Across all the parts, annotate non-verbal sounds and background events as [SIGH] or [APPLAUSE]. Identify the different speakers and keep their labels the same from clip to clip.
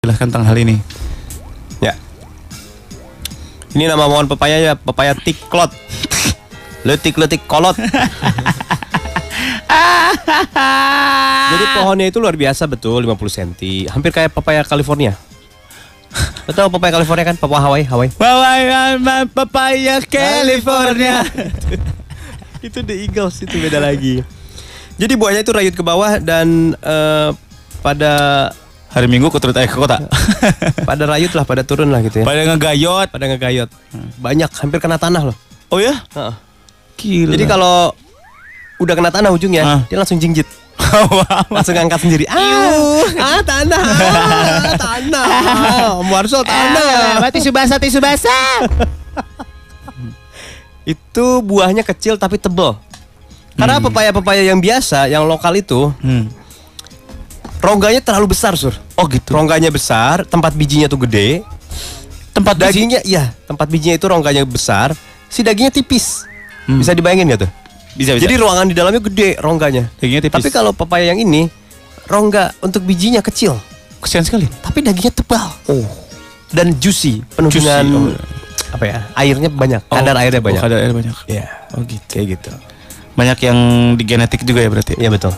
Speaker 1: silahkan tentang hal ini.
Speaker 2: Ya. Ini nama pohon pepaya ya, pepaya tiklot. Letik-letik [LAUGHS] kolot. Jadi pohonnya itu luar biasa betul, 50 cm. Hampir kayak pepaya California. Betul pepaya California kan, pepaya Hawaii, Hawaii.
Speaker 1: Pepaya, pepaya
Speaker 2: California. [LAUGHS] itu The Eagles itu beda lagi. Jadi buahnya itu rayut ke bawah dan eh, pada
Speaker 1: Hari Minggu kuturut air ke
Speaker 2: [LAUGHS]
Speaker 1: kota.
Speaker 2: pada rayut lah, pada turun lah gitu ya.
Speaker 1: Pada ngegayot.
Speaker 2: Pada ngegayot. Banyak, hampir kena tanah loh.
Speaker 1: Oh ya?
Speaker 2: Heeh.
Speaker 1: Gila.
Speaker 2: [LAUGHS] Jadi kalau udah kena tanah ujungnya,
Speaker 1: Ah.
Speaker 2: dia langsung jingjit. langsung angkat sendiri.
Speaker 3: Iya.
Speaker 2: Ah, ah
Speaker 3: [LAUGHS]
Speaker 2: tanah, ah, tanah, ah, Muarso tanah.
Speaker 3: Mati subasa, mati subasa.
Speaker 2: [LAUGHS] Itu buahnya kecil tapi tebel. Karena pepaya-pepaya yang biasa, yang lokal itu
Speaker 1: Hmm.
Speaker 2: rongganya terlalu besar, Sur.
Speaker 1: Oh gitu.
Speaker 2: Rongganya besar, tempat bijinya tuh gede.
Speaker 1: Tempat daging.
Speaker 2: Dagingnya, iya, tempat bijinya itu rongganya besar, si dagingnya tipis.
Speaker 1: Hmm.
Speaker 2: Bisa dibayangin gak tuh?
Speaker 1: Bisa bisa.
Speaker 2: Jadi ruangan di dalamnya gede rongganya.
Speaker 1: Dagingnya tipis.
Speaker 2: Tapi kalau pepaya yang ini, rongga untuk bijinya kecil,
Speaker 1: kesian sekali.
Speaker 2: tapi dagingnya tebal. Oh. Dan juicy, penuh
Speaker 1: Juicy,
Speaker 2: dengan
Speaker 1: oh.
Speaker 2: apa ya? Airnya banyak, kadar
Speaker 1: Oh,
Speaker 2: airnya
Speaker 1: oh,
Speaker 2: banyak.
Speaker 1: Kadar airnya banyak.
Speaker 2: Iya.
Speaker 1: Oh gitu.
Speaker 2: Kayak gitu.
Speaker 1: Banyak yang di genetik juga ya berarti.
Speaker 2: Iya betul.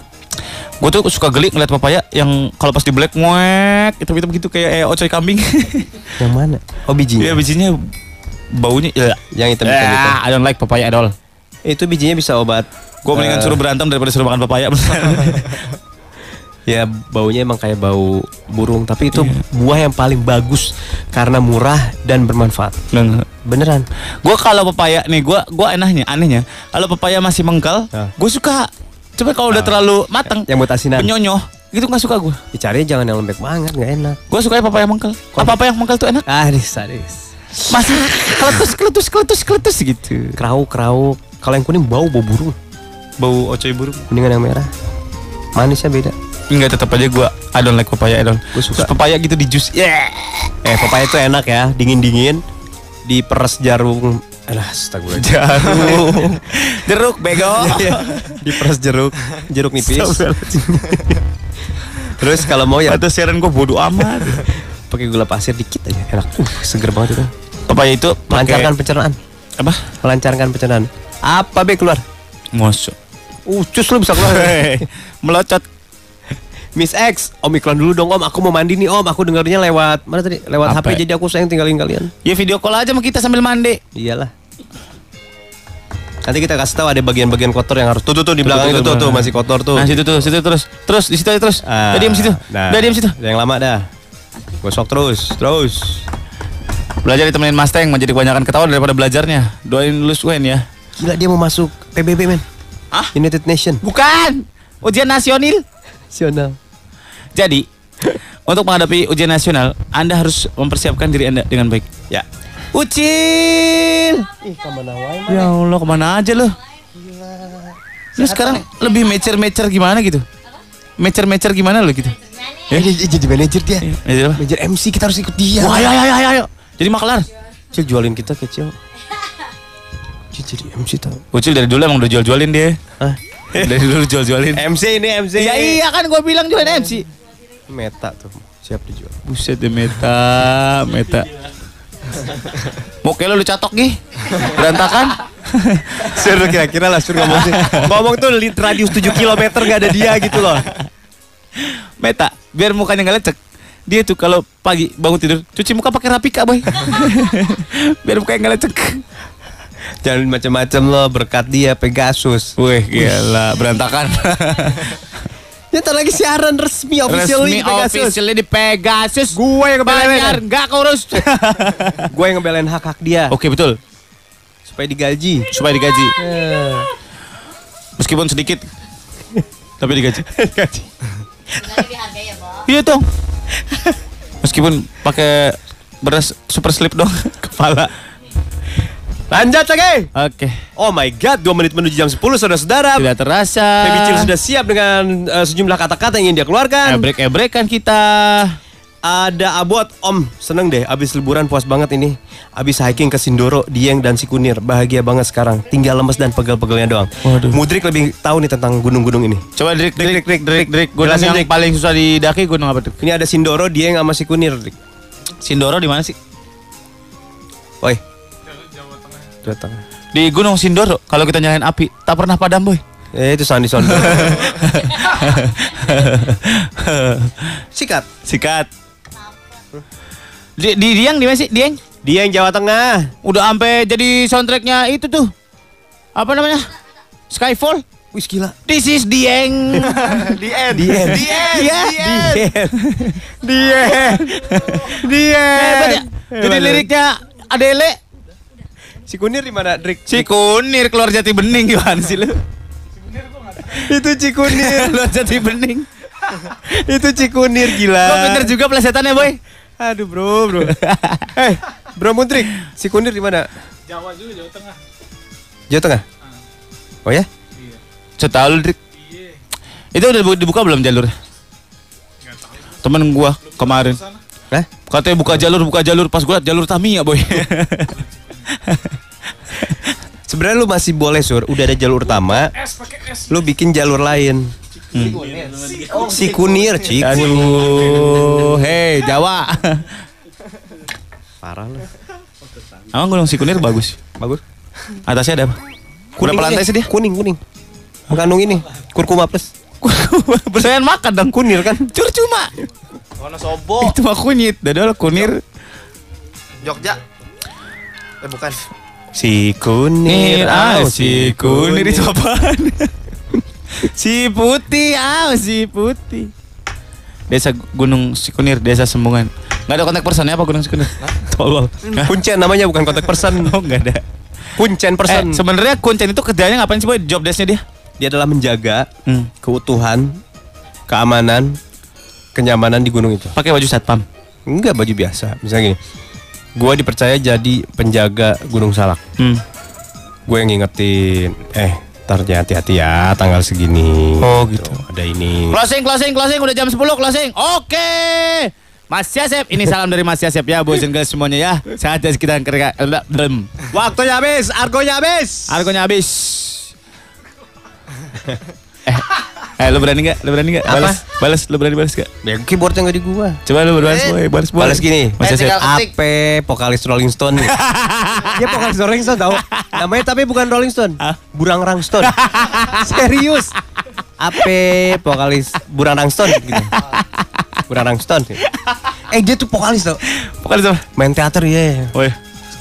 Speaker 1: Gue tuh suka geli ngeliat papaya yang kalau pas di black muek hitam hitam gitu kayak eh, ocoy kambing.
Speaker 2: Yang mana? Oh bijinya.
Speaker 1: [LAUGHS] Iya bijinya baunya. Ya.
Speaker 2: Yang hitam-hitam itu.
Speaker 1: I don't like papaya at all.
Speaker 2: Itu bijinya bisa obat.
Speaker 1: Gue mendingan
Speaker 2: Eh,
Speaker 1: suruh berantem daripada suruh makan
Speaker 2: [LAUGHS]
Speaker 1: papaya.
Speaker 2: Ya baunya emang kayak bau burung, tapi itu
Speaker 1: Iya.
Speaker 2: buah yang paling bagus karena murah dan bermanfaat.
Speaker 1: Bener.
Speaker 2: Beneran.
Speaker 1: Gue kalau papaya nih, gue gua anehnya, anehnya, kalau papaya masih mengkal,
Speaker 2: Ah.
Speaker 1: gue suka. Cuma kalau udah terlalu matang,
Speaker 2: Yang buat asinan.
Speaker 1: penyonyoh, gitu nggak suka gue.
Speaker 2: Dicarinya jangan yang lembek banget, nggak enak.
Speaker 1: Gue suka papaya mengkal. Apa apa yang mengkal tuh enak?
Speaker 2: Aris, aris.
Speaker 1: Masih keletus keletus keletus keletus gitu.
Speaker 2: Kerau, kerau. Kalau yang kuning bau bau burung.
Speaker 1: Bau ocoy burung.
Speaker 2: Mendingan yang merah. Manisnya beda.
Speaker 1: Enggak tetap aja gue I don't like papaya I don't.
Speaker 2: Gua suka.
Speaker 1: Terus papaya gitu di [LAUGHS] jus. Yeah.
Speaker 2: Eh, pepaya itu enak ya, dingin-dingin. Diperes jarum. Alah, astagfirullah. [LAUGHS]
Speaker 1: Jarum. Jeruk [LAUGHS] bego.
Speaker 2: Iya. Diperes jeruk, jeruk nipis. Terus kalau mau ya
Speaker 1: Atau siaran gue bodoh amat.
Speaker 2: pakai gula pasir dikit aja, enak. Uh, seger banget itu.
Speaker 1: Papaya itu pakai
Speaker 2: Melancarkan pencernaan.
Speaker 1: apa?
Speaker 2: Melancarkan pencernaan. Apa be keluar?
Speaker 1: Masuk.
Speaker 2: Uh, cus lu bisa keluar.
Speaker 1: Eh. Melocot.
Speaker 2: Miss X, Om iklan dulu dong Om, aku mau mandi nih Om, aku dengarnya lewat mana tadi? Lewat
Speaker 1: Apa ya?
Speaker 2: HP jadi aku sayang tinggalin kalian.
Speaker 1: Ya video call aja sama kita sambil mandi.
Speaker 2: Iyalah. Nanti kita kasih tahu ada bagian-bagian kotor yang harus tuh tuh tuh di
Speaker 1: Tuh, tuh,
Speaker 2: belakang itu
Speaker 1: tuh,
Speaker 2: tuh, tuh
Speaker 1: belakang.
Speaker 2: masih kotor tuh.
Speaker 1: Nah, situ tuh, situ terus. Terus di situ aja terus.
Speaker 2: Ah,
Speaker 1: Udah diam situ.
Speaker 2: nah.
Speaker 1: Udah diam situ.
Speaker 2: Yang lama dah. Gosok terus, terus.
Speaker 1: Belajar ditemenin Mas Teng menjadi kebanyakan ketawa daripada belajarnya. Doain lulus UN ya.
Speaker 2: Gila dia mau masuk PBB men.
Speaker 1: Hah?
Speaker 2: United Nation.
Speaker 1: Bukan. Ujian nasional.
Speaker 2: Nasional.
Speaker 1: Jadi, untuk menghadapi ujian nasional, Anda harus mempersiapkan diri Anda dengan baik.
Speaker 2: Ya.
Speaker 1: Ucil.
Speaker 2: Ih, kemana wae
Speaker 1: Ya Allah, kemana aja lo? Lu sekarang lebih mecer-mecer gimana gitu? Mecer-mecer gimana Ya. lo gitu?
Speaker 2: jadi manajer dia.
Speaker 1: Iya, mecer apa?
Speaker 2: Manajer MC kita harus ikut dia.
Speaker 1: Wah, ayo, ayo, ayo, ayo. Jadi maklar.
Speaker 2: Cil jualin kita kecil. Cil jadi MC tau.
Speaker 1: Ucil dari dulu emang udah jual-jualin [LAUGHS] dia.
Speaker 2: Hah?
Speaker 1: Dari dulu jual-jualin.
Speaker 2: MC ini MC.
Speaker 1: Ya iya kan gue bilang jualan MC.
Speaker 2: Meta tuh siap dijual.
Speaker 1: Buset deh meta, meta. Muka lu lu catok gih. [LAUGHS] Berantakan.
Speaker 2: Sur lu kira-kira lah Sur ngomong sih. Ngomong tuh li- radius 7 km gak ada dia gitu loh.
Speaker 1: Meta, biar mukanya nggak lecek. Dia tuh kalau pagi bangun tidur cuci muka pakai Rapika, [LAUGHS] boy. biar mukanya nggak lecek.
Speaker 2: Jangan macam-macam loh berkat dia Pegasus.
Speaker 1: Wih, gila berantakan.
Speaker 2: Ya ntar lagi siaran resmi official
Speaker 1: Resmi
Speaker 2: di Pegasus.
Speaker 1: officialnya di Pegasus.
Speaker 2: Gue yang
Speaker 1: Bayar
Speaker 2: ngebelain.
Speaker 1: nggak kurus.
Speaker 2: Gue yang ngebelain hak-hak dia
Speaker 1: [LAUGHS] Oke betul.
Speaker 2: supaya digaji.
Speaker 1: Supaya digaji. Eh. Meskipun sedikit, tapi digaji.
Speaker 3: ya, Bo.
Speaker 1: Iya dong. Meskipun pakai beras super slip dong [LAUGHS] kepala.
Speaker 2: Lanjut lagi.
Speaker 1: Oke.
Speaker 2: Oh my god, 2 menit menuju jam 10 saudara-saudara.
Speaker 1: Tidak terasa.
Speaker 2: Baby Cil sudah siap dengan eh, sejumlah kata-kata yang ingin dia keluarkan.
Speaker 1: ebrek-ebrekan kita.
Speaker 2: Ada Abot, Om. Seneng deh, abis liburan puas banget ini. Abis hiking ke Sindoro, Dieng, dan Sikunir. Bahagia banget sekarang. Tinggal lemes dan pegel-pegelnya doang.
Speaker 1: Waduh.
Speaker 2: Mudrik lebih tahu nih tentang gunung-gunung ini.
Speaker 1: Coba Drik, Drik, Drik, Drik, Drik. Gunung
Speaker 2: Jelasin,
Speaker 1: yang
Speaker 2: Drik.
Speaker 1: paling susah didaki gunung apa Drik?
Speaker 2: Ini ada Sindoro, Dieng, sama Sikunir. Dik.
Speaker 1: Sindoro di mana sih?
Speaker 2: Oi. Jawa Tengah.
Speaker 1: Di Gunung Sindoro, kalau kita nyalain api, tak pernah padam boy.
Speaker 2: Eh, itu Sandi
Speaker 1: [LAUGHS]
Speaker 2: Sondoro. Sikat.
Speaker 1: [LAUGHS] Sikat. Di, di Dieng di mana sih? Dieng?
Speaker 2: Dieng, Jawa Tengah.
Speaker 1: Udah sampai jadi soundtracknya itu tuh. Apa namanya? Skyfall?
Speaker 2: Wih, gila.
Speaker 1: This is [LAUGHS] Dieng.
Speaker 2: Dien. Dien. Dien.
Speaker 1: Iya.
Speaker 2: Dien. Dien.
Speaker 1: Hebat ya? Jadi liriknya Adele.
Speaker 2: Si Kunir di mana, Drik?
Speaker 1: Si Kunir keluar jati bening gimana sih lu?
Speaker 2: itu Cikunir.
Speaker 1: keluar jati bening.
Speaker 2: [LAUGHS] itu Cikunir gila.
Speaker 1: Kok pinter juga plesetannya boy?
Speaker 2: Aduh, Bro,
Speaker 1: [LAUGHS]
Speaker 2: Bro. Eh, Bro Muntrik, si Kunir di mana? Jawa juga, Jawa Tengah. Jawa Tengah?
Speaker 1: Ah.
Speaker 2: Oh ya?
Speaker 1: Setahun lu Drik. Itu udah dibu- dibuka belum jalurnya? Temen gua kemarin
Speaker 2: Hah?
Speaker 1: katanya buka jalur buka jalur pas gua liat jalur Tamiya boy.
Speaker 2: Sebenarnya lu masih boleh sur, udah ada jalur utama. Lu bikin jalur lain. Si kunir, cik.
Speaker 1: Aduh, hei Jawa.
Speaker 2: Parah lu.
Speaker 1: Emang gunung Sikunir bagus.
Speaker 2: Bagus.
Speaker 1: Atasnya ada apa? [LAUGHS]
Speaker 2: Kuning
Speaker 1: Berapa lantai
Speaker 2: ini,
Speaker 1: sih dia?
Speaker 2: Kuning, kuning. Mengandung ini, kurkuma plus.
Speaker 1: Bersayan makan dong kunir kan. Cur cuma.
Speaker 3: Ono Sobo,
Speaker 1: Itu mah kunyit. Dadol kunir.
Speaker 3: Jogja. Eh bukan.
Speaker 2: Si kunir,
Speaker 1: Kunir, ah
Speaker 2: au,
Speaker 1: si kunir itu apaan? [LAUGHS] si putih, ah si putih. Desa Gunung Sikunir, Desa Sembungan. Nggak ada kontak personnya apa Gunung Sikunir? Tolol. Hah?
Speaker 2: Kuncen namanya bukan kontak person.
Speaker 1: Oh nggak ada.
Speaker 2: Kuncen
Speaker 1: Eh,
Speaker 2: person.
Speaker 1: sebenarnya Kuncen itu kerjanya ngapain sih boy? Job desk-nya dia?
Speaker 2: dia adalah menjaga
Speaker 1: Hmm.
Speaker 2: keutuhan, keamanan, kenyamanan di gunung itu.
Speaker 1: Pakai baju satpam.
Speaker 2: Enggak baju biasa. Misalnya gini. Gua dipercaya jadi penjaga Gunung Salak.
Speaker 1: Hmm.
Speaker 2: gue yang ngingetin eh tarnya hati-hati ya tanggal segini
Speaker 1: Oh, gitu.
Speaker 2: Tuh, ada ini
Speaker 1: Closing, closing, closing. Udah jam 10 closing. Oke. Mas Yasep, ini salam dari Mas Yasep ya, boys and girls semuanya ya. Sehat dan sekitar kerja. Belum.
Speaker 2: waktunya habis argonya habis
Speaker 1: Argonya habis. eh, eh, lu berani nggak? Lu berani nggak?
Speaker 2: Apa?
Speaker 1: Balas, balas, lu berani balas nggak?
Speaker 2: ya keyboardnya nggak di gua
Speaker 1: Coba lu balas,
Speaker 3: Eh,
Speaker 1: boy, balas, boy.
Speaker 2: balas gini
Speaker 1: Mas
Speaker 3: Eh,
Speaker 1: Yasep.
Speaker 3: tinggal- ketik.
Speaker 2: AP vokalis Rolling [LAUGHS] Stone dia vokalis Rolling Stone tau namanya tapi bukan Rolling Stone Burang [LAUGHS] Rangstone serius AP vokalis Burang Rangstone gitu Burang Rangstone eh dia tuh vokalis tau
Speaker 1: Pokoknya sama.
Speaker 2: main teater ya
Speaker 1: Boy.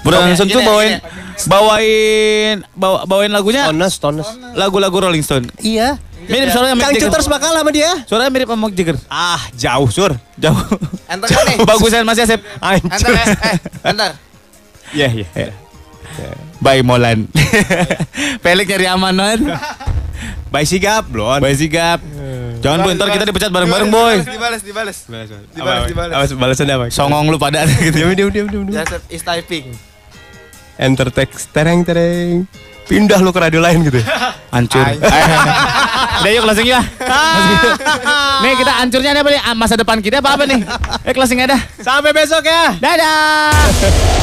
Speaker 1: Bro,
Speaker 3: Oke,
Speaker 1: langsung tuh
Speaker 3: lanjutin,
Speaker 1: bawain, bawain, bawa- bawain lagunya
Speaker 2: Stones Stones
Speaker 1: lagu-lagu Rolling Stone.
Speaker 2: iya
Speaker 1: Mirip suaranya sama
Speaker 2: Kang
Speaker 1: Mick Jagger.
Speaker 2: Cuters bakal sama dia
Speaker 1: Suaranya mirip sama Mick Jagger.
Speaker 2: Ah, jauh sur.
Speaker 1: Jauh.
Speaker 3: Enter kan nih.
Speaker 1: [LAUGHS] Bagusan Mas Yasep.
Speaker 3: Enter
Speaker 2: Hancur.
Speaker 3: eh, eh, enter.
Speaker 1: Iya, iya. Bye Molan. [LAUGHS] Pelik nyari amanan.
Speaker 2: Bye sigap, blon.
Speaker 1: Bye Sigap. Jangan boy, ntar kita dipecat bareng-bareng boy.
Speaker 3: Dibalas, dibalas.
Speaker 2: Apa,
Speaker 3: Dibalas, dibalas.
Speaker 2: apa, balasannya apa?
Speaker 1: Songong lu pada gitu.
Speaker 2: Diam, diam, diam, diam, diam.
Speaker 3: Joseph is typing.
Speaker 2: Enter text, tereng, tereng. Pindah lu ke radio lain gitu.
Speaker 1: [LAUGHS] Hancur. Udah yuk closing [LAUGHS] ya. nih kita hancurnya ada apa nih? Ah, Masa depan kita apa apa nih? Eh closing ada.
Speaker 2: Sampai besok ya.
Speaker 1: Dadah.